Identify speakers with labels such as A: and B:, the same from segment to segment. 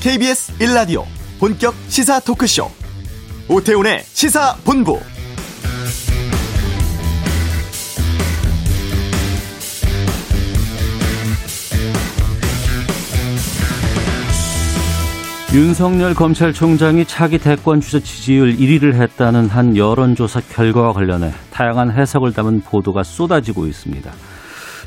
A: KBS 1라디오 본격 시사 토크쇼 오태훈의 시사본부
B: 윤석열 검찰총장이 차기 대권 주자 지지율 1위를 했다는 한 여론조사 결과와 관련해 다양한 해석을 담은 보도가 쏟아지고 있습니다.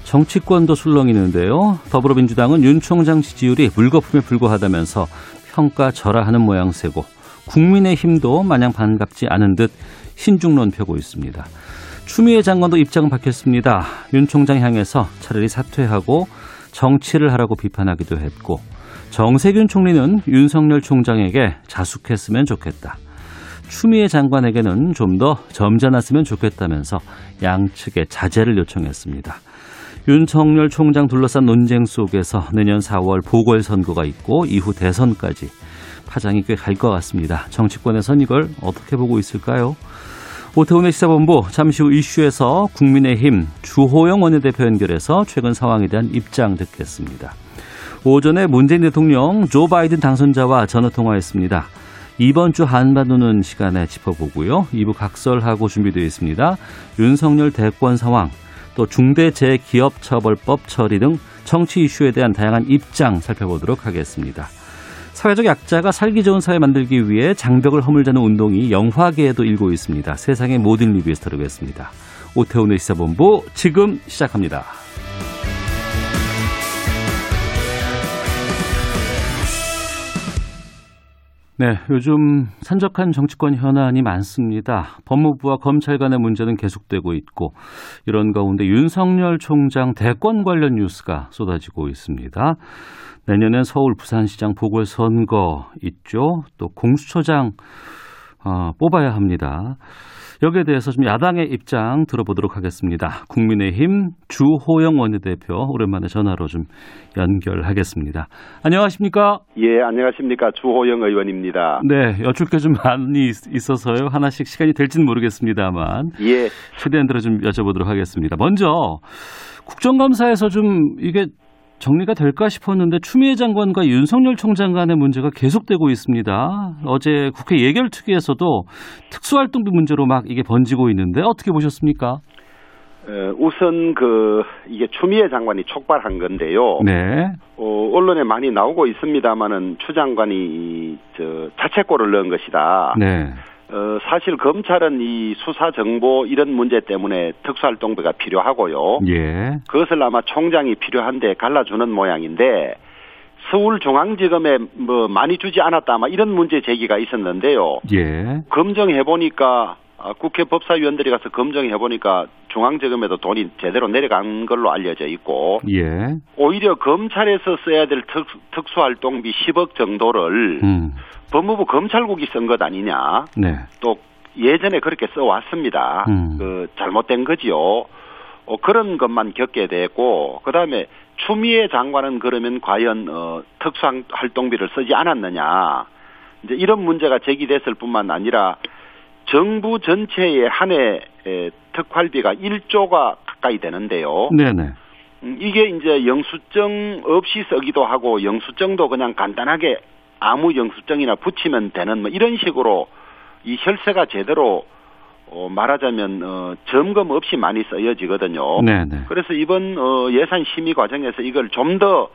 B: 정치권도 술렁이는데요. 더불어민주당은 윤 총장 지지율이 물거품에 불과하다면서 평가 절하하는 모양새고 국민의힘도 마냥 반갑지 않은 듯 신중론 펴고 있습니다. 추미애 장관도 입장을 밝혔습니다. 윤 총장 향해서 차라리 사퇴하고 정치를 하라고 비판하기도 했고 정세균 총리는 윤석열 총장에게 자숙했으면 좋겠다. 추미애 장관에게는 좀 더 점잖았으면 좋겠다면서 양측에 자제를 요청했습니다. 윤석열 총장 둘러싼 논쟁 속에서 내년 4월 보궐선거가 있고 이후 대선까지 파장이 꽤 갈 것 같습니다. 정치권에선 이걸 어떻게 보고 있을까요? 오태훈의 시사본부 잠시 후 이슈에서 국민의힘 주호영 원내대표 연결해서 최근 상황에 대한 입장 듣겠습니다. 오전에 문재인 대통령 조 바이든 당선자와 전화 통화했습니다. 이번 주 한반도는 시간에 짚어보고요. 2부 각설하고 준비되어 있습니다. 윤석열 대권 상황, 또 중대재해기업처벌법 처리 등 정치 이슈에 대한 다양한 입장 살펴보도록 하겠습니다. 사회적 약자가 살기 좋은 사회 만들기 위해 장벽을 허물자는 운동이 영화계에도 일고 있습니다. 세상의 모든 리뷰에서 다루겠습니다. 오태훈의 시사본부 지금 시작합니다. 네, 요즘 산적한 정치권 현안이 많습니다. 법무부와 검찰 간의 문제는 계속되고 있고 이런 가운데 윤석열 총장 대권 관련 뉴스가 쏟아지고 있습니다. 내년엔 서울 부산시장 보궐선거 있죠. 또 공수처장 어, 뽑아야 합니다. 여기에 대해서 좀 야당의 입장 들어보도록 하겠습니다. 국민의힘 주호영 원내대표 오랜만에 전화로 좀 연결하겠습니다. 안녕하십니까?
C: 예, 안녕하십니까. 주호영 의원입니다.
B: 네, 여쭐 게 좀 많이 있- 있어서요. 하나씩 시간이 될지는 모르겠습니다만
C: 예,
B: 최대한 들어 좀 여쭤보도록 하겠습니다. 먼저 국정감사에서 좀 이게 정리가 될까 싶었는데 추미애 장관과 윤석열 총장 간의 문제가 계속되고 있습니다. 어제 국회 예결특위에서도 특수활동비 문제로 막 이게 번지고 있는데 어떻게 보셨습니까?
C: 어, 우선 그 이게 추미애 장관이 촉발한 건데요.
B: 네.
C: 어, 언론에 많이 나오고 있습니다만은 추 장관이 이, 저 자책골을 넣은 것이다.
B: 네.
C: 어, 사실 검찰은 이 수사 정보 이런 문제 때문에 특수활동비가 필요하고요.
B: 예.
C: 그것을 아마 총장이 필요한데 갈라주는 모양인데 서울중앙지검에 뭐 많이 주지 않았다 아마 이런 문제 제기가 있었는데요.
B: 예.
C: 검증해 보니까 아, 국회 법사위원들이 가서 검증해 보니까 중앙지검에도 돈이 제대로 내려간 걸로 알려져 있고
B: 예.
C: 오히려 검찰에서 써야 될 특, 특수활동비 10억 정도를
B: 음.
C: 법무부 검찰국이 쓴 것 아니냐
B: 네.
C: 또 예전에 그렇게 써왔습니다.
B: 음.
C: 그 잘못된 거지요. 어, 그런 것만 겪게 되고 그다음에 추미애 장관은 그러면 과연 어, 특수활동비를 쓰지 않았느냐 이제 이런 문제가 제기됐을 뿐만 아니라 정부 전체의 한해 에, 특활비가 1조가 가까이 되는데요.
B: 네네.
C: 음, 이게 이제 영수증 없이 쓰기도 하고 영수증도 그냥 간단하게 아무 영수증이나 붙이면 되는 뭐 이런 식으로 이 혈세가 제대로 어, 말하자면 어, 점검 없이 많이 써여지거든요.
B: 네네.
C: 그래서 이번 어, 예산 심의 과정에서 이걸 좀 더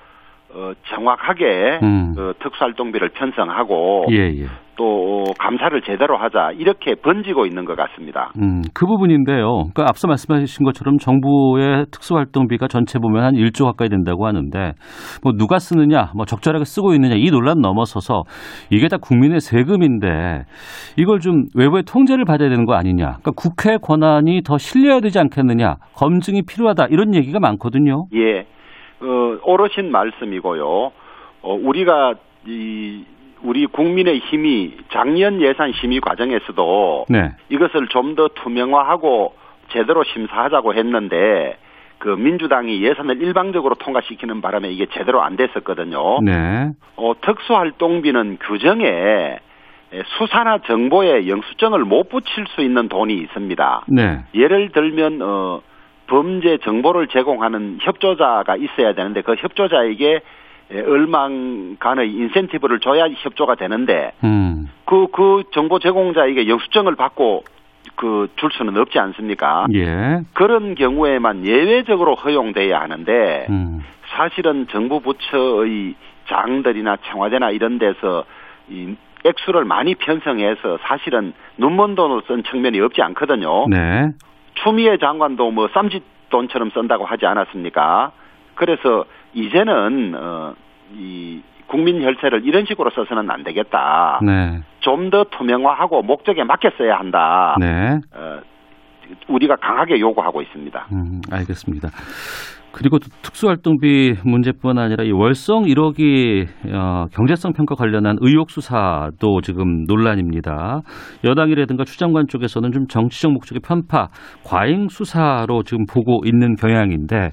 C: 어, 정확하게
B: 음.
C: 어, 특수활동비를 편성하고
B: 예, 예.
C: 또 어, 감사를 제대로 하자 이렇게 번지고 있는 것 같습니다.
B: 음, 그 부분인데요. 그러니까 앞서 말씀하신 것처럼 정부의 특수활동비가 전체 보면 한 1조 가까이 된다고 하는데 뭐 누가 쓰느냐, 뭐 적절하게 쓰고 있느냐 이 논란 넘어서서 이게 다 국민의 세금인데 이걸 좀 외부의 통제를 받아야 되는 거 아니냐. 그러니까 국회 권한이 더 실려야 되지 않겠느냐. 검증이 필요하다 이런 얘기가 많거든요.
C: 예, 어, 오르신 말씀이고요. 어, 우리가 이 우리 국민의 힘이 작년 예산 심의 과정에서도
B: 네.
C: 이것을 좀 더 투명화하고 제대로 심사하자고 했는데 그 민주당이 예산을 일방적으로 통과시키는 바람에 이게 제대로 안 됐었거든요.
B: 네.
C: 어, 특수활동비는 규정에 에, 수사나 정보에 영수증을 못 붙일 수 있는 돈이 있습니다.
B: 네.
C: 예를 들면 어, 범죄 정보를 제공하는 협조자가 있어야 되는데 그 협조자에게 예, 얼만간의 인센티브를 줘야 협조가 되는데
B: 음.
C: 그, 그 정보 제공자에게 영수증을 받고 그 줄 수는 없지 않습니까?
B: 예.
C: 그런 경우에만 예외적으로 허용돼야 하는데
B: 음.
C: 사실은 정부 부처의 장들이나 청와대나 이런 데서 이 액수를 많이 편성해서 사실은 눈먼 돈으로 쓴 측면이 없지 않거든요.
B: 네.
C: 추미애 장관도 뭐 쌈짓돈처럼 쓴다고 하지 않았습니까? 그래서 이제는 어, 이 국민 혈세를 이런 식으로 써서는 안 되겠다.
B: 네.
C: 좀 더 투명화하고 목적에 맞게 써야 한다.
B: 네.
C: 어, 우리가 강하게 요구하고 있습니다.
B: 음, 알겠습니다. 그리고 또 특수활동비 문제뿐 아니라 이 월성 1억이 어, 경제성 평가 관련한 의혹 수사도 지금 논란입니다. 여당이라든가 추장관 쪽에서는 좀 정치적 목적의 편파, 과잉 수사로 지금 보고 있는 경향인데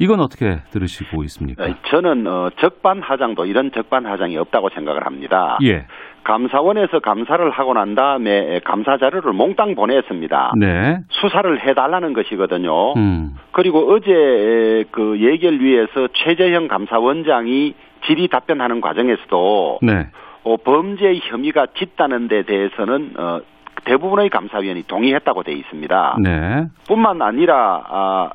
B: 이건 어떻게 들으시고 있습니까?
C: 어, 저는 어, 적반하장도 이런 적반하장이 없다고 생각을 합니다.
B: 예,
C: 감사원에서 감사를 하고 난 다음에 감사 자료를 몽땅 보냈습니다.
B: 네,
C: 수사를 해달라는 것이거든요.
B: 음,
C: 그리고 어제 그 예결위에서 최재형 감사원장이 질의 답변하는 과정에서도
B: 네,
C: 어, 범죄 혐의가 짙다는 데 대해서는 어, 대부분의 감사위원이 동의했다고 돼 있습니다.
B: 네,
C: 뿐만 아니라 아,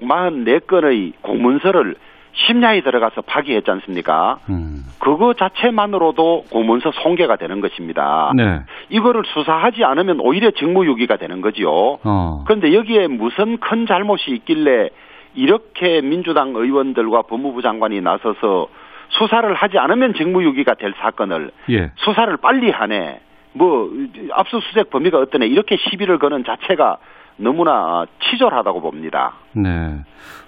C: 444건의 공문서를 심야에 들어가서 파기했지 않습니까?
B: 음,
C: 그거 자체만으로도 공문서 손괴가 되는 것입니다.
B: 네,
C: 이거를 수사하지 않으면 오히려 직무유기가 되는 거지요.
B: 어,
C: 그런데 여기에 무슨 큰 잘못이 있길래 이렇게 민주당 의원들과 법무부 장관이 나서서 수사를 하지 않으면 직무유기가 될 사건을
B: 예,
C: 수사를 빨리 하네. 뭐 압수수색 범위가 어떠네 이렇게 시비를 거는 자체가 너무나 치졸하다고 봅니다.
B: 네.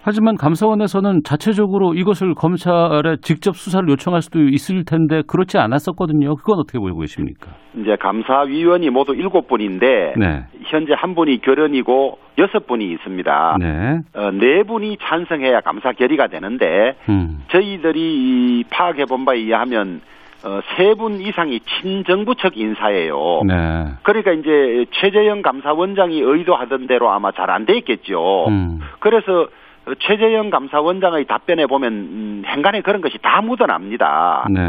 B: 하지만 감사원에서는 자체적으로 이것을 검찰에 직접 수사를 요청할 수도 있을 텐데 그렇지 않았었거든요. 그건 어떻게 보고 계십니까?
C: 이제 감사위원이 모두 일곱 분인데
B: 네,
C: 현재 한 분이 결연이고 여섯 분이 있습니다.
B: 네,
C: 어, 네 분이 찬성해야 감사 결의가 되는데
B: 음,
C: 저희들이 이 파악해 본 바에 의하면 어, 세 분 이상이 친정부 측 인사예요.
B: 네,
C: 그러니까 이제 최재형 감사원장이 의도하던 대로 아마 잘 안 돼 있겠죠.
B: 음,
C: 그래서 최재형 감사원장의 답변에 보면 음, 행간에 그런 것이 다 묻어납니다.
B: 네,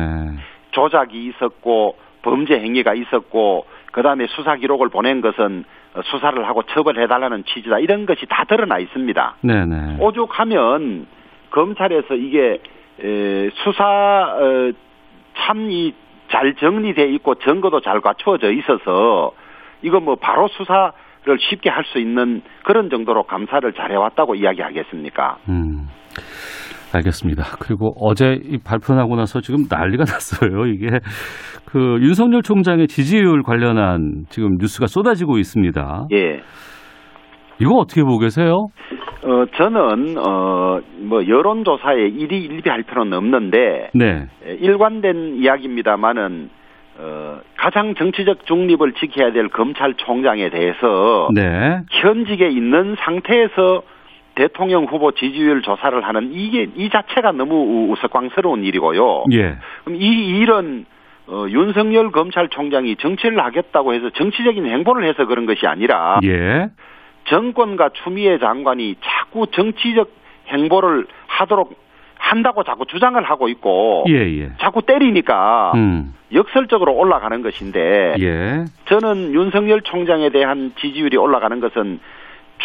C: 조작이 있었고 범죄 행위가 있었고 그다음에 수사 기록을 보낸 것은 어, 수사를 하고 처벌해 달라는 취지다 이런 것이 다 드러나 있습니다.
B: 네, 네.
C: 오죽하면 검찰에서 이게 에, 수사 어, 참 이 잘 정리돼 있고 증거도 잘 갖추어져 있어서 이거 뭐 바로 수사를 쉽게 할 수 있는 그런 정도로 감사를 잘해왔다고 이야기하겠습니까?
B: 음. 알겠습니다. 그리고 어제 이 발표나고 나서 지금 난리가 났어요. 이게 그 윤석열 총장의 지지율 관련한 지금 뉴스가 쏟아지고 있습니다.
C: 예.
B: 이거 어떻게 보고 계세요?
C: 어, 저는, 어, 뭐, 여론조사에 일이 일비할 필요는 없는데,
B: 네.
C: 에, 일관된 이야기입니다만은, 어, 가장 정치적 중립을 지켜야 될 검찰총장에 대해서,
B: 네.
C: 현직에 있는 상태에서 대통령 후보 지지율 조사를 하는 이게 이 자체가 너무 우- 우스꽝스러운 일이고요.
B: 예.
C: 그럼 이 일은 어, 윤석열 검찰총장이 정치를 하겠다고 해서 정치적인 행보를 해서 그런 것이 아니라
B: 예.
C: 정권과 추미애 장관이 자꾸 정치적 행보를 하도록 한다고 자꾸 주장을 하고 있고
B: 예, 예.
C: 자꾸 때리니까
B: 음.
C: 역설적으로 올라가는 것인데
B: 예.
C: 저는 윤석열 총장에 대한 지지율이 올라가는 것은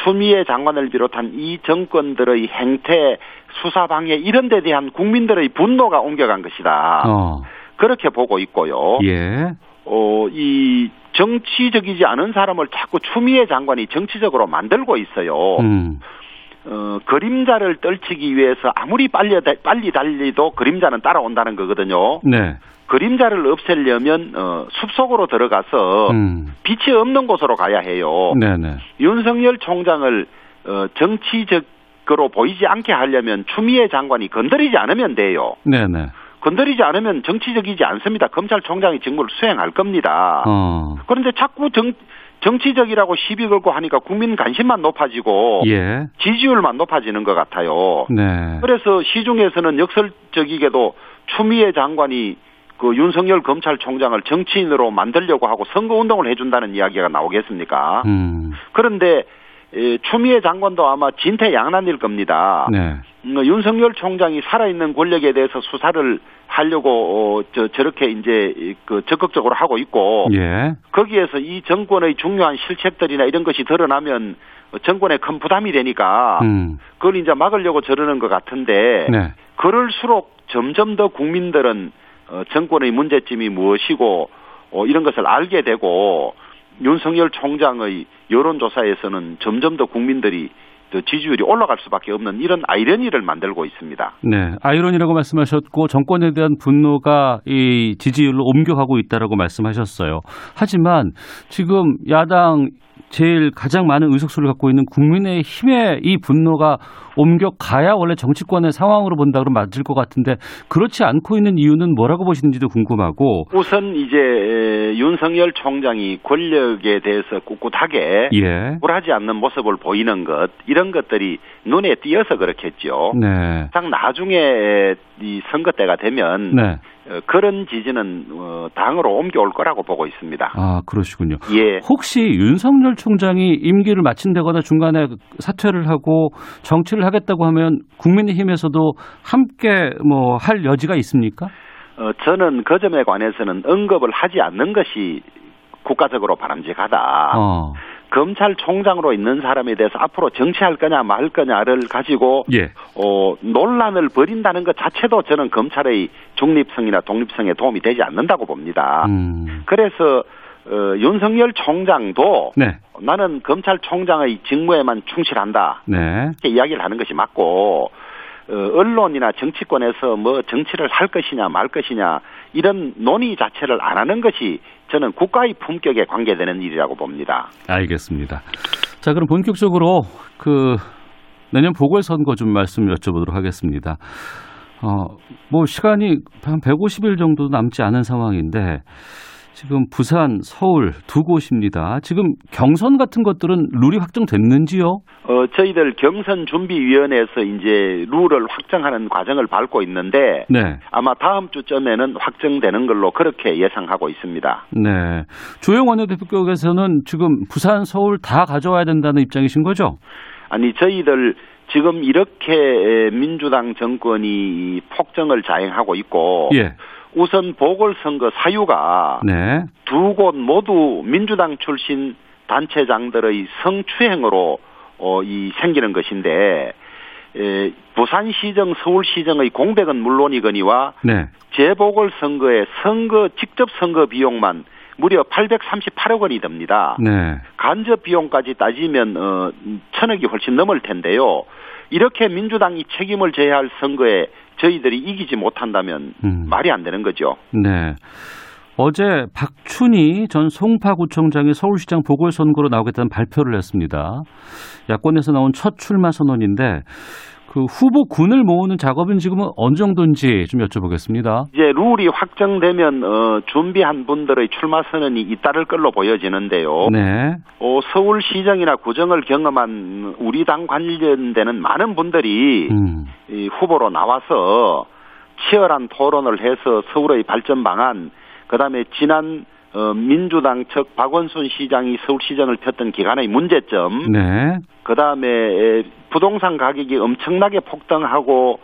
C: 추미애 장관을 비롯한 이 정권들의 행태, 수사 방해 이런 데 대한 국민들의 분노가 옮겨간 것이다.
B: 어.
C: 그렇게 보고 있고요.
B: 예.
C: 어, 이 정치적이지 않은 사람을 자꾸 추미애 장관이 정치적으로 만들고 있어요.
B: 음.
C: 어, 그림자를 떨치기 위해서 아무리 빨리, 달- 빨리 달리도 그림자는 따라온다는 거거든요.
B: 네.
C: 그림자를 없애려면 어, 숲속으로 들어가서 어.
B: 음.
C: 빛이 없는 곳으로 가야 해요.
B: 네, 네.
C: 윤석열 총장을 어, 정치적으로 보이지 않게 하려면 추미애 장관이 건드리지 않으면 돼요.
B: 네, 네.
C: 건드리지 않으면 정치적이지 않습니다. 검찰총장이 직무를 수행할 겁니다.
B: 어.
C: 그런데 자꾸 정, 정치적이라고 시비 걸고 하니까 국민 관심만 높아지고
B: 예.
C: 지지율만 높아지는 것 같아요.
B: 네.
C: 그래서 시중에서는 역설적이게도 추미애 장관이 그 윤석열 검찰총장을 정치인으로 만들려고 하고 선거운동을 해준다는 이야기가 나오겠습니까?
B: 음.
C: 예, 그런데 에, 추미애 장관도 아마 진퇴양난일 겁니다.
B: 네.
C: 음, 윤석열 총장이 살아있는 권력에 대해서 수사를 하려고 어, 저, 저렇게 이제 이, 그 적극적으로 하고 있고
B: 예.
C: 거기에서 이 정권의 중요한 실책들이나 이런 것이 드러나면 어, 정권에 큰 부담이 되니까
B: 음.
C: 그걸 이제 막으려고 저러는 것 같은데
B: 네.
C: 그럴수록 점점 더 국민들은 어, 정권의 문제점이 무엇이고 어, 이런 것을 알게 되고 윤석열 총장의 여론조사에서는 점점 더 국민들이 더 지지율이 올라갈 수밖에 없는 이런 아이러니를 만들고 있습니다.
B: 네. 아이러니라고 말씀하셨고 정권에 대한 분노가 이 지지율로 옮겨가고 있다라고 말씀하셨어요. 하지만 지금 야당 제일 가장 많은 의석수를 갖고 있는 국민의 힘의 이 분노가 옮겨가야 원래 정치권의 상황으로 본다 그러면 맞을 것 같은데 그렇지 않고 있는 이유는 뭐라고 보시는지도 궁금하고
C: 우선 이제 에, 윤석열 총장이 권력에 대해서 꿋꿋하게
B: 예.
C: 굴하지 않는 모습을 보이는 것 이런 것들이 눈에 띄어서 그렇겠죠.
B: 네.
C: 상 나중에 이 선거 때가 되면
B: 네.
C: 어, 그런 지지는 어, 당으로 옮겨올 거라고 보고 있습니다.
B: 아, 그러시군요.
C: 예.
B: 혹시 윤석열 총장이 임기를 마친다거나 중간에 사퇴를 하고 정치를 하겠다고 하면 국민의힘에서도 함께 뭐 할 여지가 있습니까?
C: 어, 저는 그 점에 관해서는 언급을 하지 않는 것이 국가적으로 바람직하다.
B: 어.
C: 검찰총장으로 있는 사람에 대해서 앞으로 정치할 거냐 말 거냐를 가지고
B: 예.
C: 어, 논란을 벌인다는 것 자체도 저는 검찰의 중립성이나 독립성에 도움이 되지 않는다고 봅니다.
B: 음.
C: 그래서 어, 윤석열 총장도
B: 네.
C: 나는 검찰총장의 직무에만 충실한다.
B: 네.
C: 이렇게 이야기를 하는 것이 맞고 어, 언론이나 정치권에서 뭐 정치를 할 것이냐 말 것이냐 이런 논의 자체를 안 하는 것이 저는 국가의 품격에 관계되는 일이라고 봅니다.
B: 알겠습니다. 자, 그럼 본격적으로 그 내년 보궐선거 좀 말씀 여쭤보도록 하겠습니다. 어, 뭐 시간이 한 150일 정도 남지 않은 상황인데 지금 부산, 서울 두 곳입니다. 지금 경선 같은 것들은 룰이 확정됐는지요?
C: 어, 저희들 경선 준비위원회에서 이제 룰을 확정하는 과정을 밟고 있는데
B: 네.
C: 아마 다음 주쯤에는 확정되는 걸로 그렇게 예상하고 있습니다.
B: 네. 조영원 대표께서는 지금 부산, 서울 다 가져와야 된다는 입장이신 거죠?
C: 아니 저희들 지금 이렇게 민주당 정권이 폭정을 자행하고 있고
B: 예.
C: 우선 보궐선거 사유가
B: 네.
C: 두 곳 모두 민주당 출신 단체장들의 성추행으로 어, 이 생기는 것인데 에, 부산시정, 서울시정의 공백은 물론이거니와
B: 네.
C: 재보궐선거의 선거 직접 선거 비용만 무려 838억 원이 듭니다.
B: 네.
C: 간접 비용까지 따지면 어, 천억이 훨씬 넘을 텐데요. 이렇게 민주당이 책임을 져야 할 선거에 저희들이 이기지 못한다면
B: 음.
C: 말이 안 되는 거죠.
B: 네. 어제 박춘희 전 송파구청장이 서울시장 보궐선거로 나오겠다는 발표를 했습니다. 야권에서 나온 첫 출마 선언인데 그 후보 군을 모으는 작업은 지금은 어느 정도인지 좀 여쭤보겠습니다.
C: 이제 룰이 확정되면 어, 준비한 분들의 출마 선언이 잇따를 걸로 보여지는데요.
B: 네.
C: 어, 서울시정이나 구정을 경험한 우리 당 관련되는 많은 분들이
B: 음.
C: 이 후보로 나와서 치열한 토론을 해서 서울의 발전 방안, 그다음에 지난 어, 민주당 측 박원순 시장이 서울시장을 폈던 기간의 문제점,
B: 네.
C: 그 다음에 부동산 가격이 엄청나게 폭등하고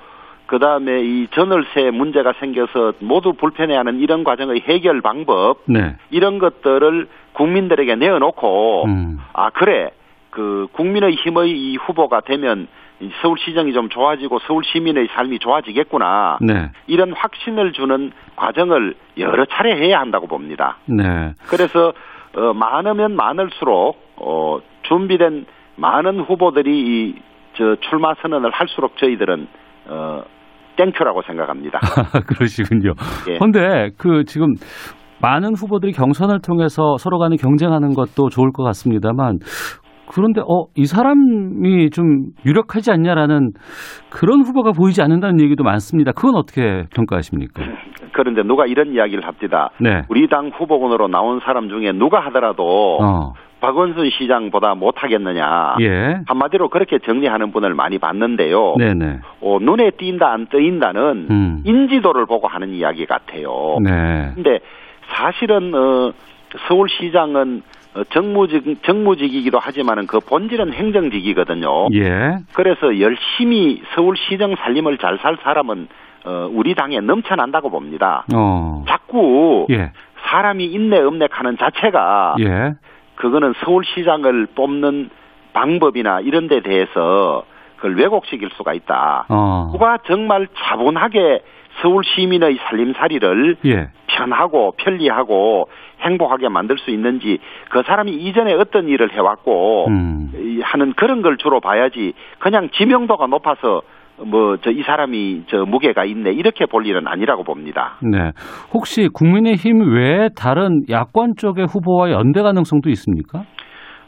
C: 그 다음에 이 전월세 문제가 생겨서 모두 불편해하는 이런 과정의 해결 방법
B: 네.
C: 이런 것들을 국민들에게 내어놓고
B: 음.
C: 아 그래 그 국민의힘의 이 후보가 되면 이 서울시정이 좀 좋아지고 서울 시민의 삶이 좋아지겠구나
B: 네.
C: 이런 확신을 주는 과정을 여러 차례 해야 한다고 봅니다.
B: 네.
C: 그래서 어, 많으면 많을수록 어, 준비된 많은 후보들이 이, 저 출마 선언을 할수록 저희들은 어, 땡큐라고 생각합니다.
B: 그러시군요.
C: 예.
B: 그런데 그 지금 많은 후보들이 경선을 통해서 서로 간에 경쟁하는 것도 좋을 것 같습니다만 그런데 어 이 사람이 좀 유력하지 않냐라는 그런 후보가 보이지 않는다는 얘기도 많습니다. 그건 어떻게 평가하십니까?
C: 그런데 누가 이런 이야기를 합니다.
B: 네.
C: 우리 당 후보군으로 나온 사람 중에 누가 하더라도
B: 어.
C: 박원순 시장보다 못하겠느냐.
B: 예.
C: 한마디로 그렇게 정리하는 분을 많이 봤는데요.
B: 네, 네.
C: 어, 눈에 띈다 안 띄인다는
B: 음.
C: 인지도를 보고 하는 이야기 같아요.
B: 네.
C: 근데 사실은 어, 서울시장은 어, 정무직 정무직이기도 하지만은 그 본질은 행정직이거든요.
B: 예.
C: 그래서 열심히 서울시정 살림을 잘 살 사람은 어, 우리 당에 넘쳐난다고 봅니다.
B: 어.
C: 자꾸
B: 예.
C: 사람이 인내 음내하는 자체가
B: 예.
C: 그거는 서울시장을 뽑는 방법이나 이런 데 대해서 그걸 왜곡시킬 수가 있다.
B: 어.
C: 누가 정말 차분하게 서울 시민의 살림살이를
B: 예.
C: 편하고 편리하고 행복하게 만들 수 있는지 그 사람이 이전에 어떤 일을 해왔고
B: 음.
C: 이 하는 그런 걸 주로 봐야지 그냥 지명도가 높아서 뭐 저 이 사람이 저 무게가 있네 이렇게 볼 일은 아니라고 봅니다.
B: 네. 혹시 국민의힘 외에 다른 야권 쪽의 후보와 연대 가능성도 있습니까?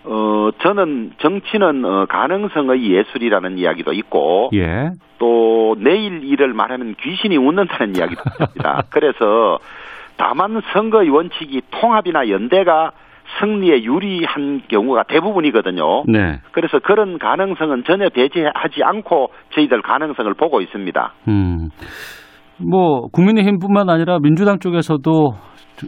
C: 어 저는 정치는 어, 가능성의 예술이라는 이야기도 있고
B: 예.
C: 또 내일 일을 말하는 귀신이 웃는다는 이야기도 있습니다. 그래서 다만 선거의 원칙이 통합이나 연대가 승리에 유리한 경우가 대부분이거든요.
B: 네.
C: 그래서 그런 가능성은 전혀 배제하지 않고 저희들 가능성을 보고 있습니다.
B: 음. 뭐 국민의힘뿐만 아니라 민주당 쪽에서도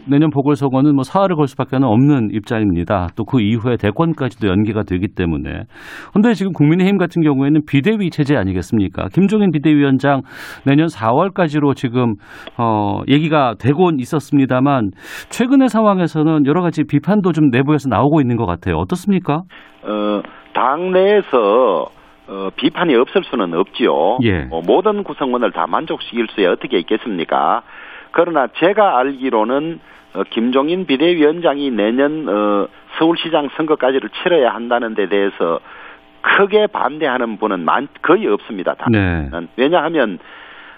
B: 내년 보궐선거는 뭐 사활을 걸 수밖에 없는 입장입니다. 또 그 이후에 대권까지도 연기가 되기 때문에. 그런데 지금 국민의힘 같은 경우에는 비대위 체제 아니겠습니까? 김종인 비대위원장 내년 4월까지로 지금 어 얘기가 되곤 있었습니다만 최근의 상황에서는 여러 가지 비판도 좀 내부에서 나오고 있는 것 같아요. 어떻습니까?
C: 어, 당내에서 어, 비판이 없을 수는 없지요.
B: 예.
C: 어, 모든 구성원을 다 만족시킬 수 어떻게 있겠습니까? 그러나 제가 알기로는 어, 김종인 비대위원장이 내년 어, 서울시장 선거까지를 치러야 한다는 데 대해서 크게 반대하는 분은 많, 거의 없습니다. 당
B: 네.
C: 왜냐하면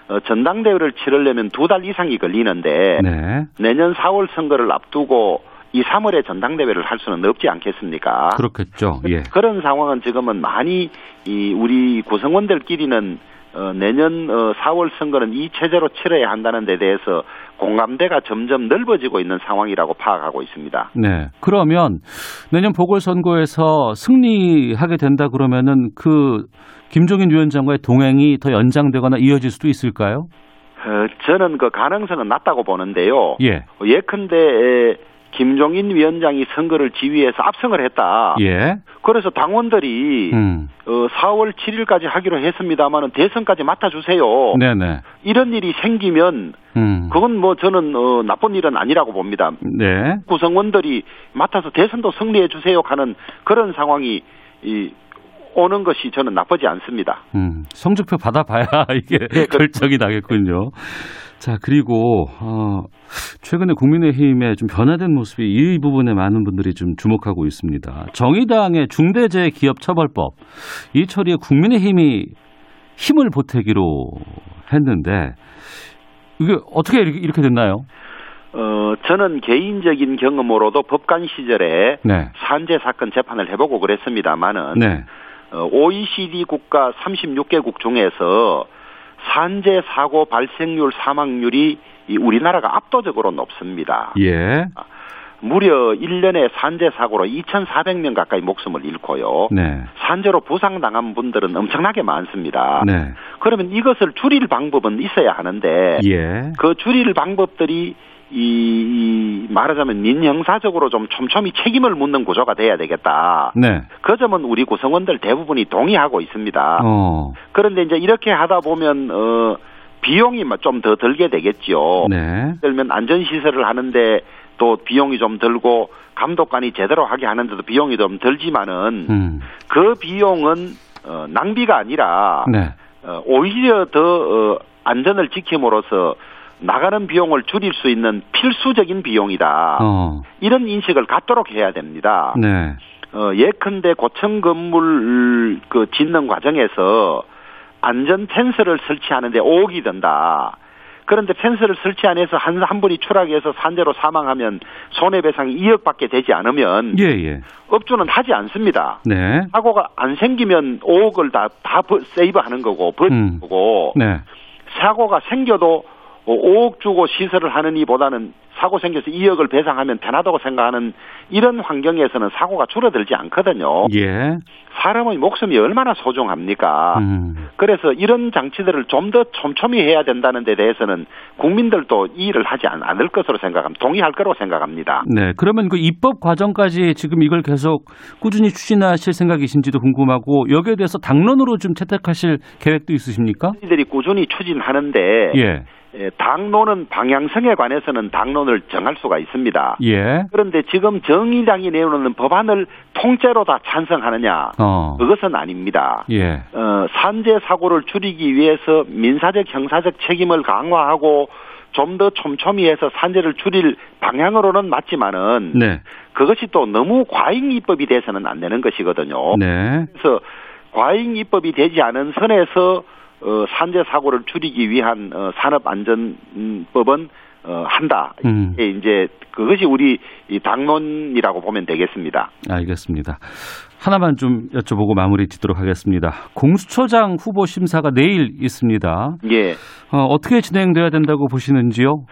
C: 어, 전당대회를 치르려면 두 달 이상이 걸리는데
B: 네.
C: 내년 4월 선거를 앞두고 2, 3월에 전당대회를 할 수는 없지 않겠습니까?
B: 그렇겠죠. 예.
C: 그런 상황은 지금은 많이 이 우리 구성원들끼리는 어, 내년 어, 4월 선거는 이 체제로 치러야 한다는 데 대해서 공감대가 점점 넓어지고 있는 상황이라고 파악하고 있습니다.
B: 네. 그러면 내년 보궐선거에서 승리하게 된다 그러면은 그 김종인 위원장과의 동행이 더 연장되거나 이어질 수도 있을까요?
C: 어, 저는 그 가능성은 낮다고 보는데요.
B: 예.
C: 예컨대 에, 김종인 위원장이 선거를 지휘해서 압승을 했다.
B: 예.
C: 그래서 당원들이
B: 음.
C: 아. 어, 4월 7일까지 하기로 했습니다마는 대선까지 맡아주세요.
B: 네네.
C: 이런 일이 생기면
B: 음.
C: 그건 뭐 저는 어, 나쁜 일은 아니라고 봅니다.
B: 네.
C: 구성원들이 맡아서 대선도 승리해 주세요 하는 그런 상황이 이, 오는 것이 저는 나쁘지 않습니다.
B: 음. 성적표 받아봐야 이게 결정이 나겠군요. 자, 그리고, 어, 최근에 국민의힘의 좀 변화된 모습이 이 부분에 많은 분들이 좀 주목하고 있습니다. 정의당의 중대재해기업처벌법, 이 처리에 국민의힘이 힘을 보태기로 했는데, 이게 어떻게 이렇게, 이렇게 됐나요?
C: 어, 저는 개인적인 경험으로도 법관 시절에
B: 네.
C: 산재 사건 재판을 해보고 그랬습니다마는
B: 네.
C: 어, OECD 국가 36개국 중에서 산재 사고 발생률 사망률이 이 우리나라가 압도적으로 높습니다.
B: 예.
C: 무려 1년에 산재 사고로 2,400명 가까이 목숨을 잃고요.
B: 네.
C: 산재로 부상당한 분들은 엄청나게 많습니다.
B: 네.
C: 그러면 이것을 줄일 방법은 있어야 하는데
B: 예.
C: 그 줄일 방법들이 이, 이 말하자면 민형사적으로 좀 촘촘히 책임을 묻는 구조가 돼야 되겠다.
B: 네.
C: 그 점은 우리 구성원들 대부분이 동의하고 있습니다.
B: 어.
C: 그런데 이제 이렇게 하다 보면 어 비용이 좀 더 들게 되겠지요.
B: 네.
C: 예를 들면 안전시설을 하는데 또 비용이 좀 들고 감독관이 제대로 하게 하는데도 비용이 좀 들지만은
B: 음.
C: 그 비용은 어, 낭비가 아니라
B: 네.
C: 어, 오히려 더 어, 안전을 지킴으로써 나가는 비용을 줄일 수 있는 필수적인 비용이다.
B: 어.
C: 이런 인식을 갖도록 해야 됩니다.
B: 네.
C: 어, 예컨대 고층 건물 그 짓는 과정에서 안전 펜스를 설치하는데 5억이 든다. 그런데 펜스를 설치 안 해서 한, 한 분이 추락해서 산재로 사망하면 손해배상이 2억밖에 되지 않으면
B: 예, 예.
C: 업주는 하지 않습니다.
B: 네.
C: 사고가 안 생기면 5억을 다, 다 버- 세이브하는 거고 버리는
B: 음.
C: 거고 뭐
B: 네.
C: 사고가 생겨도 5억 주고 시설을 하느니보다는 사고 생겨서 2억을 배상하면 편하다고 생각하는 이런 환경에서는 사고가 줄어들지 않거든요.
B: 예.
C: 사람의 목숨이 얼마나 소중합니까?
B: 음.
C: 그래서 이런 장치들을 좀 더 촘촘히 해야 된다는 데 대해서는 국민들도 이의를 하지 않- 않을 것으로 생각합니다. 동의할 거라고 생각합니다.
B: 네. 그러면 그 입법 과정까지 지금 이걸 계속 꾸준히 추진하실 생각이신지도 궁금하고 여기에 대해서 당론으로 좀 채택하실 계획도 있으십니까?
C: 저희들이 꾸준히 추진하는데
B: 예.
C: 예, 당론은 방향성에 관해서는 당론을 정할 수가 있습니다.
B: 예.
C: 그런데 지금 정의당이 내놓는 법안을 통째로 다 찬성하느냐
B: 어.
C: 그것은 아닙니다.
B: 예.
C: 어, 산재 사고를 줄이기 위해서 민사적 형사적 책임을 강화하고 좀 더 촘촘히 해서 산재를 줄일 방향으로는 맞지만은
B: 네.
C: 그것이 또 너무 과잉 입법이 돼서는 안 되는 것이거든요.
B: 네.
C: 그래서 과잉 입법이 되지 않은 선에서 어, 산재 사고를 줄이기 위한 어, 산업안전법은 어, 한다.
B: 음.
C: 이게 이제 그것이 우리 이 당론이라고 보면 되겠습니다.
B: 알겠습니다. 하나만 좀 여쭤보고 마무리 짓도록 하겠습니다. 공수처장 후보 심사가 내일 있습니다.
C: 예.
B: 어, 어떻게 진행돼야 된다고 보시는지요?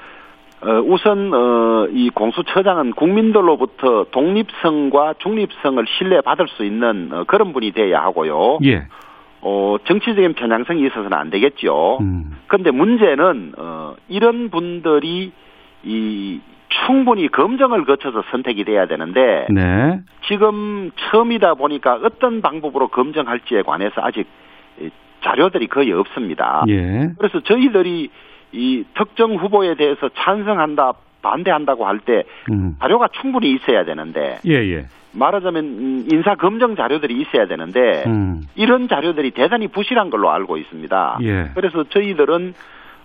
C: 어, 우선 어, 이 공수처장은 국민들로부터 독립성과 중립성을 신뢰받을 수 있는 어, 그런 분이 돼야 하고요.
B: 예.
C: 어, 정치적인 편향성이 있어서는 안 되겠죠.
B: 음.
C: 근데 문제는 어, 이런 분들이 이 충분히 검증을 거쳐서 선택이 돼야 되는데
B: 네.
C: 지금 처음이다 보니까 어떤 방법으로 검증할지에 관해서 아직 이 자료들이 거의 없습니다.
B: 예.
C: 그래서 저희들이 이 특정 후보에 대해서 찬성한다, 반대한다고 할 때
B: 음.
C: 자료가 충분히 있어야 되는데
B: 예, 예.
C: 말하자면 음, 인사 검증 자료들이 있어야 되는데
B: 음.
C: 이런 자료들이 대단히 부실한 걸로 알고 있습니다.
B: 예.
C: 그래서 저희들은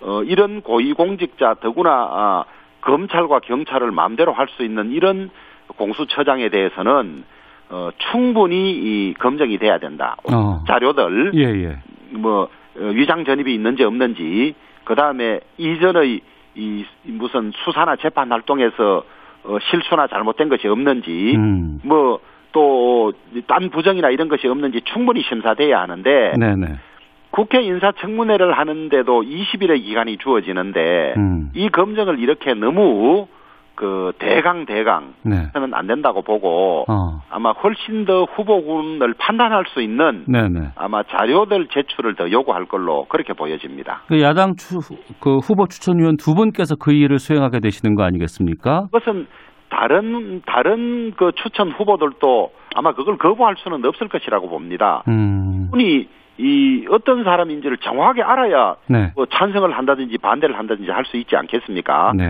C: 어, 이런 고위공직자 더구나 아, 검찰과 경찰을 마음대로 할 수 있는 이런 공수처장에 대해서는 어, 충분히 이 검증이 돼야 된다.
B: 어.
C: 자료들
B: 예, 예.
C: 뭐 어, 위장 전입이 있는지 없는지 그 다음에 이전의 이 무슨 수사나 재판 활동에서 어, 실수나 잘못된 것이 없는지
B: 음.
C: 뭐 또 딴 부정이나 이런 것이 없는지 충분히 심사돼야 하는데
B: 네, 네.
C: 국회 인사청문회를 하는데도 20일의 기간이 주어지는데
B: 음.
C: 이 검증을 이렇게 너무 그 대강 대강
B: 네.
C: 해서는 안 된다고 보고
B: 어.
C: 아마 훨씬 더 후보군을 판단할 수 있는
B: 네, 네.
C: 아마 자료들 제출을 더 요구할 걸로 그렇게 보여집니다.
B: 그 야당 추, 그 후보 추천위원 두 분께서 그 일을 수행하게 되시는 거 아니겠습니까?
C: 그것은 다른 다른 그 추천 후보들도 아마 그걸 거부할 수는 없을 것이라고 봅니다.
B: 음.
C: 분이 이 어떤 사람인지를 정확하게 알아야
B: 네.
C: 뭐 찬성을 한다든지 반대를 한다든지 할 수 있지 않겠습니까?
B: 네.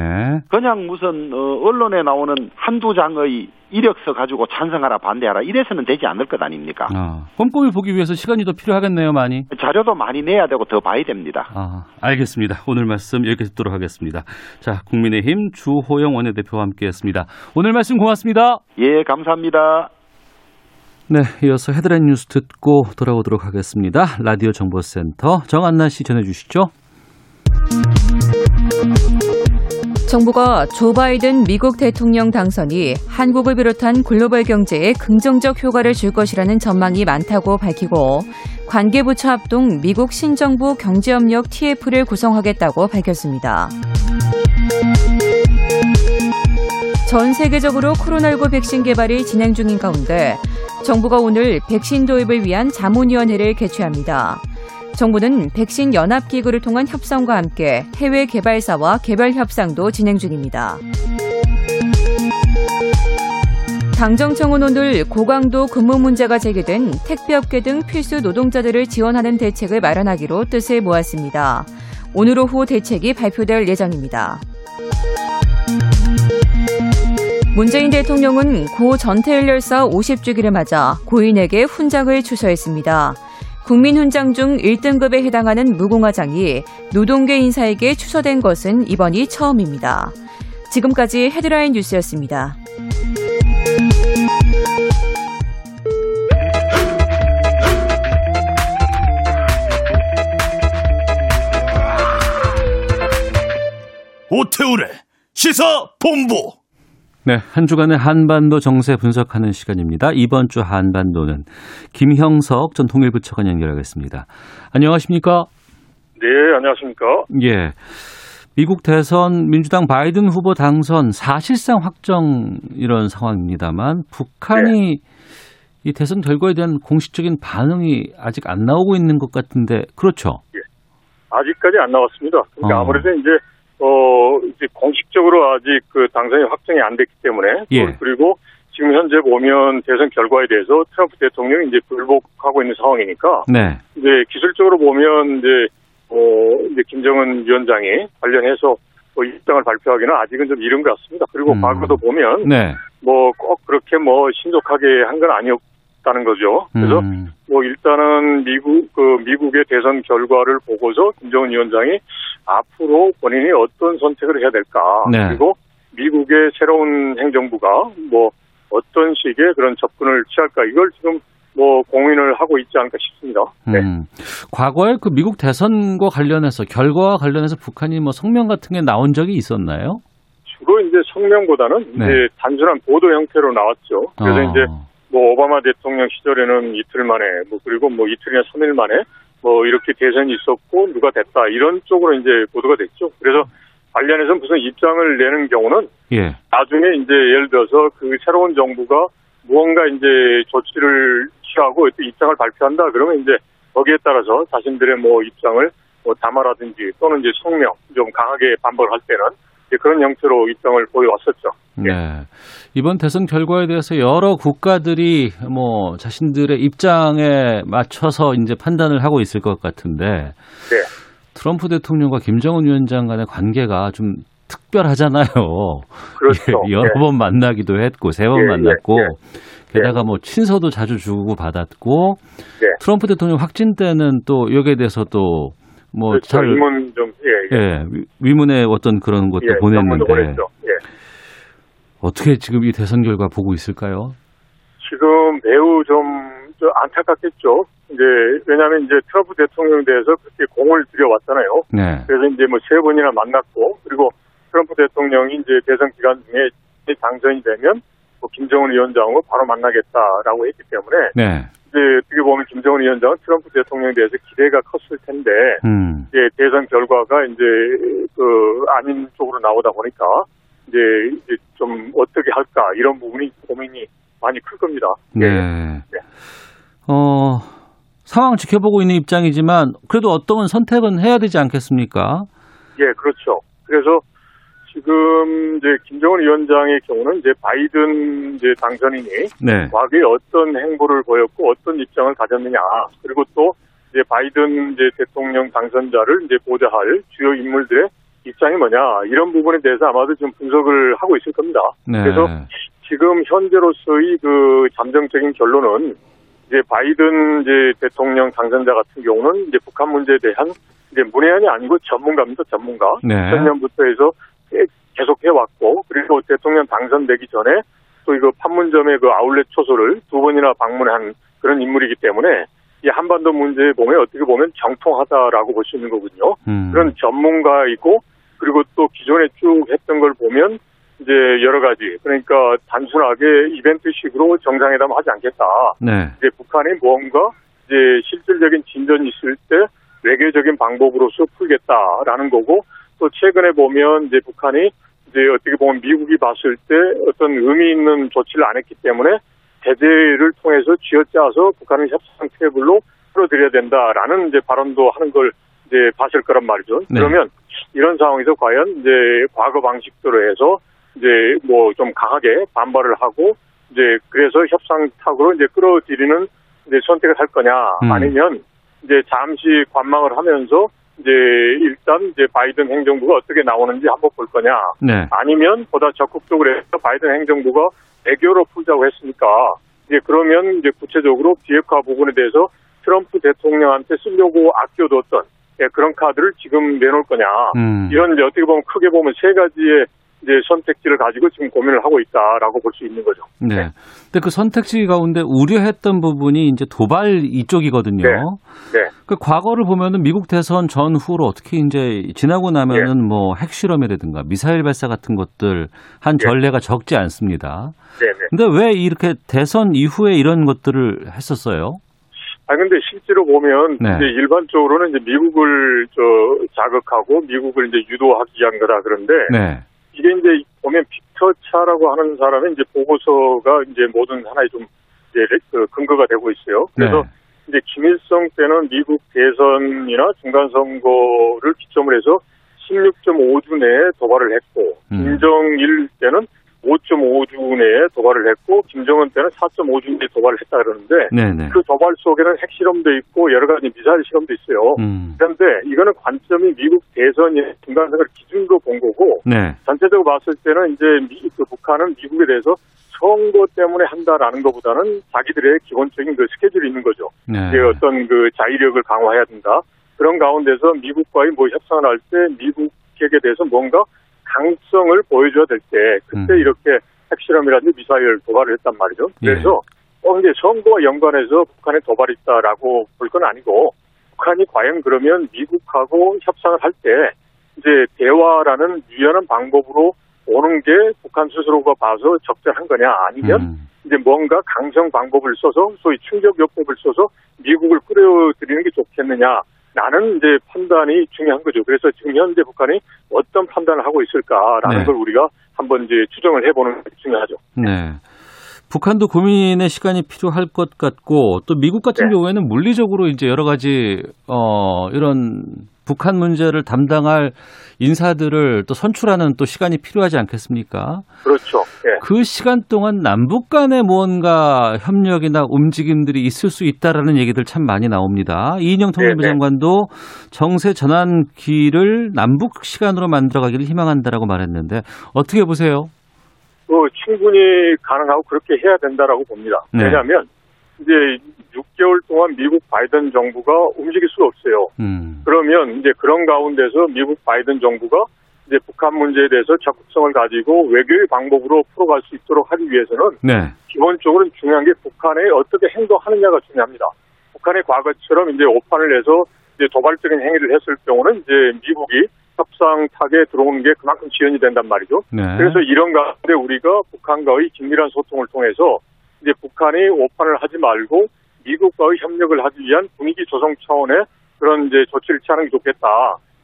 C: 그냥 무슨 어, 언론에 나오는 한두 장의 이력서 가지고 찬성하라 반대하라 이래서는 되지 않을 것 아닙니까?
B: 어. 꼼꼼히 보기 위해서 시간이 더 필요하겠네요, 많이.
C: 자료도 많이 내야 되고 더 봐야 됩니다.
B: 아, 알겠습니다. 오늘 말씀 여기까지 듣도록 하겠습니다. 자, 국민의힘 주호영 원내대표와 함께했습니다. 오늘 말씀 고맙습니다.
C: 예, 감사합니다.
B: 네, 이어서 헤드라인 뉴스 듣고 돌아오도록 하겠습니다. 라디오 정보센터 정한나 씨 전해주시죠.
D: 정부가 조 바이든 미국 대통령 당선이 한국을 비롯한 글로벌 경제에 긍정적 효과를 줄 것이라는 전망이 많다고 밝히고 관계부처 합동 미국 신정부 경제협력 TF를 구성하겠다고 밝혔습니다. 전 세계적으로 코로나19 백신 개발이 진행 중인 가운데 정부가 오늘 백신 도입을 위한 자문위원회를 개최합니다. 정부는 백신 연합기구를 통한 협상과 함께 해외 개발사와 개별 협상도 진행 중입니다. 당정청은 오늘 고강도 근무 문제가 제기된 택배업계 등 필수 노동자들을 지원하는 대책을 마련하기로 뜻을 모았습니다. 오늘 오후 대책이 발표될 예정입니다. 문재인 대통령은 고 전태일 열사 50주기를 맞아 고인에게 훈장을 추서했습니다. 국민훈장 중 1등급에 해당하는 무공화장이 노동계 인사에게 추서된 것은 이번이 처음입니다. 지금까지 헤드라인 뉴스였습니다.
E: 오태우래 시사 본부
B: 네, 한 주간의 한반도 정세 분석하는 시간입니다. 이번 주 한반도는 김형석 전 통일부 차관 연결하겠습니다. 안녕하십니까?
F: 네, 안녕하십니까.
B: 예. 미국 대선 민주당 바이든 후보 당선 사실상 확정 이런 상황입니다만 북한이 이 대선 결과에 대한 공식적인 반응이 아직 안 나오고 있는 것 같은데 그렇죠?
F: 아직까지 안 나왔습니다. 그러니까
B: 어.
F: 아무래도 이제 어 이제 공식적으로 아직 그 당선이 확정이 안 됐기 때문에
B: 예.
F: 또 그리고 지금 현재 보면 대선 결과에 대해서 트럼프 대통령이 이제 불복하고 있는 상황이니까
B: 네.
F: 이제 기술적으로 보면 이제 어 이제 김정은 위원장이 관련해서 뭐 입장을 발표하기는 아직은 좀 이른 것 같습니다. 그리고
B: 음.
F: 과거도 보면
B: 네.
F: 뭐 꼭 그렇게 뭐 신속하게 한 건 아니었다는 거죠. 그래서
B: 음,
F: 뭐 일단은 미국 그 미국의 대선 결과를 보고서 김정은 위원장이 앞으로 본인이 어떤 선택을 해야 될까
B: 네.
F: 그리고 미국의 새로운 행정부가 뭐 어떤 식의 그런 접근을 취할까 이걸 지금 뭐 공인을 하고 있지 않을까 싶습니다. 네.
B: 음. 과거에 그 미국 대선과 관련해서 결과와 관련해서 북한이 뭐 성명 같은 게 나온 적이 있었나요?
F: 주로 이제 성명보다는
B: 네.
F: 이제 단순한 보도 형태로 나왔죠. 그래서
B: 어,
F: 이제 뭐 오바마 대통령 시절에는 이틀 만에 뭐 그리고 뭐 이틀이나 삼일 만에 뭐 이렇게 대선이 있었고 누가 됐다 이런 쪽으로 이제 보도가 됐죠. 그래서 관련해서 무슨 입장을 내는 경우는
B: 예.
F: 나중에 이제 예를 들어서 그 새로운 정부가 무언가 이제 조치를 취하고 또 입장을 발표한다 그러면 이제 거기에 따라서 자신들의 뭐 입장을 뭐 담화라든지 또는 이제 성명 좀 강하게 반발할 때는 이제 그런 형태로 입장을 보여왔었죠.
B: 네. 이번 대선 결과에 대해서 여러 국가들이 뭐 자신들의 입장에 맞춰서 이제 판단을 하고 있을 것 같은데
F: 네.
B: 트럼프 대통령과 김정은 위원장 간의 관계가 좀 특별하잖아요.
F: 그렇죠.
B: 예, 여러
F: 예.
B: 번 만나기도 했고 세 번
F: 예, 예,
B: 만났고
F: 예.
B: 게다가 뭐 친서도 자주 주고 받았고
F: 예.
B: 트럼프 대통령 확진 때는 또 여기에 대해서 또 뭐
F: 그렇죠.
B: 잘
F: 이문 좀 예, 예.
B: 예, 위- 위문의 어떤 그런 것도 보냈는데
F: 정문도 예, 보냈죠. 예.
B: 어떻게 지금 이 대선 결과 보고 있을까요?
F: 지금 매우 좀좀 안타깝겠죠. 이제 왜냐하면 이제 트럼프 대통령 대해서 그렇게 공을 들여왔잖아요.
B: 네.
F: 그래서 이제 뭐 세 번이나 만났고 그리고 트럼프 대통령이 이제 대선 기간 중에 당선이 되면 뭐 김정은 위원장하고 바로 만나겠다라고 했기 때문에
B: 네.
F: 이제 어떻게 보면 김정은 위원장은 트럼프 대통령에 대해서 기대가 컸을 텐데
B: 음.
F: 이제 대선 결과가 이제 그 아닌 쪽으로 나오다 보니까 이제, 이제 좀 어떻게 할까 이런 부분이 고민이 많이 클 겁니다.
B: 네.
F: 예.
B: 어, 상황 지켜보고 있는 입장이지만 그래도 어떤 선택은 해야 되지 않겠습니까?
F: 예, 그렇죠. 그래서 지금 이제 김정은 위원장의 경우는 이제 바이든 이제 당선인이
B: 네.
F: 과거에 어떤 행보를 보였고 어떤 입장을 가졌느냐 그리고 또 이제 바이든 이제 대통령 당선자를 이제 보좌할 주요 인물들의 입장이 뭐냐 이런 부분에 대해서 아마도 지금 분석을 하고 있을 겁니다.
B: 네.
F: 그래서 지금 현재로서의 그 잠정적인 결론은 이제 바이든 이제 대통령 당선자 같은 경우는 이제 북한 문제에 대한 이제 문외한이 아니고 전문가입니다. 전문가.
B: 네.
F: 2000년부터 해서 꽤 계속 해왔고 그리고 대통령 당선되기 전에 또 이거 판문점의 그 아울렛 초소를 두 번이나 방문한 그런 인물이기 때문에 이 한반도 문제에 보면 어떻게 보면 정통하다라고 볼 수 있는 거군요.
B: 음.
F: 그런 전문가이고 그리고 또 기존에 쭉 했던 걸 보면 이제 여러 가지 그러니까 단순하게 이벤트식으로 정상회담 하지 않겠다.
B: 네.
F: 이제 북한이 무언가 이제 실질적인 진전이 있을 때 외교적인 방법으로서 풀겠다라는 거고 또 최근에 보면 이제 북한이 이제 어떻게 보면 미국이 봤을 때 어떤 의미 있는 조치를 안 했기 때문에 제재를 통해서 쥐어짜서 북한을 협상 테이블로 풀어드려야 된다라는 이제 발언도 하는 걸 이제 봤을 거란 말이죠.
B: 네.
F: 그러면 이런 상황에서 과연 이제 과거 방식대로 해서 이제 뭐 좀 강하게 반발을 하고 이제 그래서 협상탁으로 이제 끌어들이는 이제 선택을 할 거냐
B: 음.
F: 아니면 이제 잠시 관망을 하면서 이제 일단 이제 바이든 행정부가 어떻게 나오는지 한번 볼 거냐
B: 네.
F: 아니면 보다 적극적으로 해서 바이든 행정부가 외교로 풀자고 했으니까 이제 그러면 이제 구체적으로 비핵화 부분에 대해서 트럼프 대통령한테 쓰려고 아껴뒀던 예, 그런 카드를 지금 내놓을 거냐
B: 음.
F: 이런 이제 어떻게 보면 크게 보면 세 가지의 이제 선택지를 가지고 지금 고민을 하고 있다라고 볼 수 있는 거죠.
B: 네. 근데 그 선택지 가운데 우려했던 부분이 이제 도발 이쪽이거든요.
F: 네. 네.
B: 그 과거를 보면은 미국 대선 전후로 어떻게 이제 지나고 나면은
F: 네.
B: 뭐 핵실험이라든가 미사일 발사 같은 것들 한
F: 예.
B: 전례가 적지 않습니다.
F: 네네.
B: 근데 왜 이렇게 대선 이후에 이런 것들을 했었어요?
F: 아 근데 실제로 보면
B: 네.
F: 이제 일반적으로는 이제 미국을 저 자극하고 미국을 이제 유도하기 위한 거라 그런데
B: 네.
F: 이게 이제 보면 빅터 차라고 하는 사람의 이제 보고서가 이제 모든 하나의 좀 이제 레- 그 근거가 되고 있어요. 그래서
B: 네.
F: 이제 김일성 때는 미국 대선이나 중간 선거를 기점으로 해서 16.5주 내에 도발을 했고
B: 음.
F: 김정일 때는 5.5주 내에 도발을 했고 김정은 때는 4.5주 내에 도발을 했다 그러는데
B: 네네.
F: 그 도발 속에는 핵실험도 있고 여러 가지 미사일 실험도 있어요.
B: 음.
F: 그런데 이거는 관점이 미국 대선의 중간선거를 기준으로 본 거고
B: 네.
F: 전체적으로 봤을 때는 이제 미, 그 북한은 미국에 대해서 선거 때문에 한다라는 것보다는 자기들의 기본적인 그 스케줄이 있는 거죠.
B: 네.
F: 이제 어떤 그 자위력을 강화해야 된다. 그런 가운데서 미국과의 뭐 협상을 할 때 미국에게 대해서 뭔가 강성을 보여줘야 될 때 그때
B: 음.
F: 이렇게 핵실험이라든지 미사일 도발을 했단 말이죠.
B: 예.
F: 그래서 어 근데 선거와 연관해서 북한의 도발이 있다라고 볼 건 아니고 북한이 과연 그러면 미국하고 협상을 할 때 이제 대화라는 유연한 방법으로 오는 게 북한 스스로가 봐서 적절한 거냐 아니면
B: 음.
F: 이제 뭔가 강성 방법을 써서 소위 충격 요법을 써서 미국을 끌어들이는 게 좋겠느냐. 라는 이제 판단이 중요한 거죠. 그래서 지금 현재 북한이 어떤 판단을 하고 있을까라는
B: 네.
F: 걸 우리가 한번 이제 추정을 해보는 게 중요하죠.
B: 네. 북한도 고민의 시간이 필요할 것 같고 또 미국 같은
F: 네.
B: 경우에는 물리적으로 이제 여러 가지 어 이런 북한 문제를 담당할 인사들을 또 선출하는 또 시간이 필요하지 않겠습니까?
F: 그렇죠. 예.
B: 그 시간 동안 남북 간에 무언가 협력이나 움직임들이 있을 수 있다라는 얘기들 참 많이 나옵니다. 이인영 통일부
F: 네, 네.
B: 장관도 정세 전환기를 남북 시간으로 만들어가기를 희망한다라고 말했는데 어떻게 보세요?
F: 어, 충분히 가능하고 그렇게 해야 된다라고 봅니다.
B: 네.
F: 왜냐하면 이제 6개월 동안 미국 바이든 정부가 움직일 수가 없어요.
B: 음,
F: 그러면 이제 그런 가운데서 미국 바이든 정부가 이제 북한 문제에 대해서 적극성을 가지고 외교의 방법으로 풀어갈 수 있도록 하기 위해서는
B: 네,
F: 기본적으로 중요한 게 북한에 어떻게 행동하느냐가 중요합니다. 북한의 과거처럼 이제 오판을 해서 이제 도발적인 행위를 했을 경우는 이제 미국이 협상 타에 들어오는 게 그만큼 지연이 된단 말이죠.
B: 네.
F: 그래서 이런 가운데 우리가 북한과의 긴밀한 소통을 통해서 이제 북한이 오판을 하지 말고 미국과의 협력을 하기 위한 분위기 조성 차원의 그런 이제 조치를 취하는 게 좋겠다.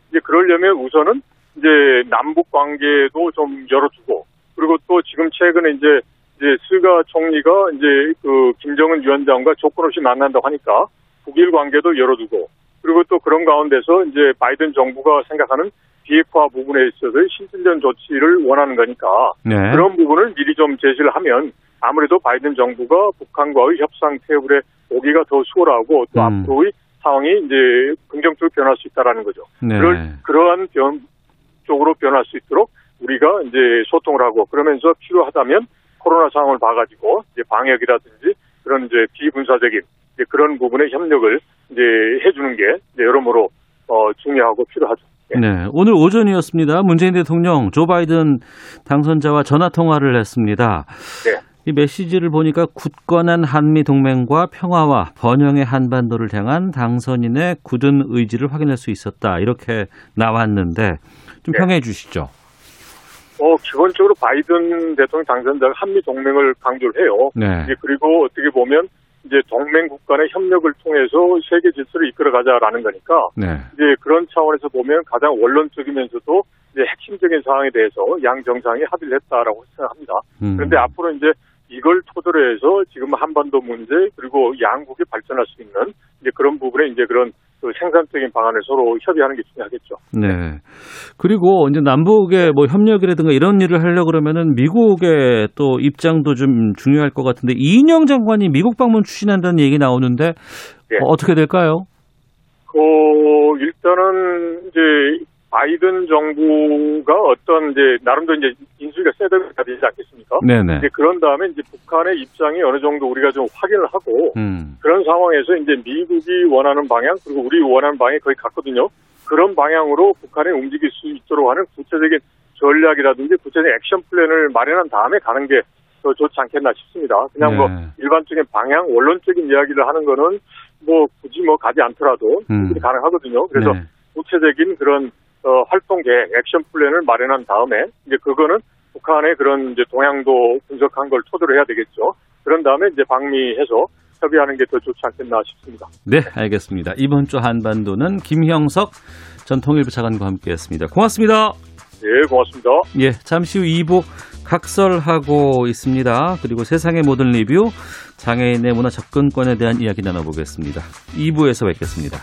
F: 이제 그러려면 우선은 이제 남북 관계도 좀 열어두고 그리고 또 지금 최근에 이제 이제 스가 총리가 이제 그 김정은 위원장과 조건 없이 만난다고 하니까 북일 관계도 열어두고 그리고 또 그런 가운데서 이제 바이든 정부가 생각하는 비핵화 부분에 있어서의 신진전 조치를 원하는 거니까
B: 네.
F: 그런 부분을 미리 좀 제시를 하면 아무래도 바이든 정부가 북한과의 협상 테이블에 오기가 더 수월하고 또
B: 음.
F: 앞으로의 상황이 이제 긍정적으로 변할 수 있다라는 거죠.
B: 네.
F: 그럴, 그러한 변 쪽으로 변할 수 있도록 우리가 이제 소통을 하고 그러면서 필요하다면 코로나 상황을 봐가지고 이제 방역이라든지 그런 이제 비분사적인 이제 그런 부분의 협력을 이제 해주는 게 이제 여러모로 어, 중요하고 필요하죠. 예.
B: 네, 오늘 오전이었습니다. 문재인 대통령 조 바이든 당선자와 전화 통화를 했습니다.
F: 네.
B: 이 메시지를 보니까 굳건한 한미 동맹과 평화와 번영의 한반도를 향한 당선인의 굳은 의지를 확인할 수 있었다 이렇게 나왔는데 좀
F: 네.
B: 평해 주시죠.
F: 어, 기본적으로 바이든 대통령 당선자가 한미 동맹을 강조를 해요.
B: 네,
F: 이제 그리고 어떻게 보면 이제 동맹국 간의 협력을 통해서 세계 질서를 이끌어가자라는 거니까
B: 네,
F: 이제 그런 차원에서 보면 가장 원론적이면서도 이제 핵심적인 사항에 대해서 양 정상이 합의를 했다라고 생각합니다.
B: 음.
F: 그런데 앞으로 이제 이걸 토대로 해서 지금 한반도 문제 그리고 양국이 발전할 수 있는 이제 그런 부분에 이제 그런 그 생산적인 방안을 서로 협의하는 게 중요하겠죠.
B: 네. 그리고 이제 남북의 뭐 협력이라든가 이런 일을 하려 그러면은 미국의 또 입장도 좀 중요할 것 같은데 이인영 장관이 미국 방문 추진한다는 얘기 나오는데
F: 예.
B: 어, 어떻게 될까요?
F: 어, 일단은 이제 바이든 정부가 어떤 이제 나름대로 이제 인수위가 세대가 되지 않겠습니까?
B: 네네.
F: 이제 그런 다음에 이제 북한의 입장이 어느 정도 우리가 좀 확인을 하고
B: 음.
F: 그런 상황에서 이제 미국이 원하는 방향 그리고 우리 원하는 방향이 거의 같거든요. 그런 방향으로 북한이 움직일 수 있도록 하는 구체적인 전략이라든지 구체적인 액션 플랜을 마련한 다음에 가는 게 더 좋지 않겠나 싶습니다. 그냥 뭐
B: 네.
F: 일반적인 방향, 원론적인 이야기를 하는 거는 뭐 굳이 뭐 가지 않더라도
B: 음.
F: 충분히 가능하거든요. 그래서
B: 네.
F: 구체적인 그런 어, 활동 계획, 액션 플랜을 마련한 다음에 이제 그거는 북한의 그런 이제 동향도 분석한 걸 토대로 해야 되겠죠. 그런 다음에 이제 방미해서 협의하는 게 더 좋지 않겠나 싶습니다.
B: 네, 알겠습니다. 이번 주 한반도는 김형석 전 통일부 차관과 함께했습니다. 고맙습니다.
F: 예, 고맙습니다.
B: 예, 잠시 후 2부 각설하고 있습니다. 그리고 세상의 모든 리뷰, 장애인의 문화 접근권에 대한 이야기 나눠보겠습니다. 2부에서 뵙겠습니다.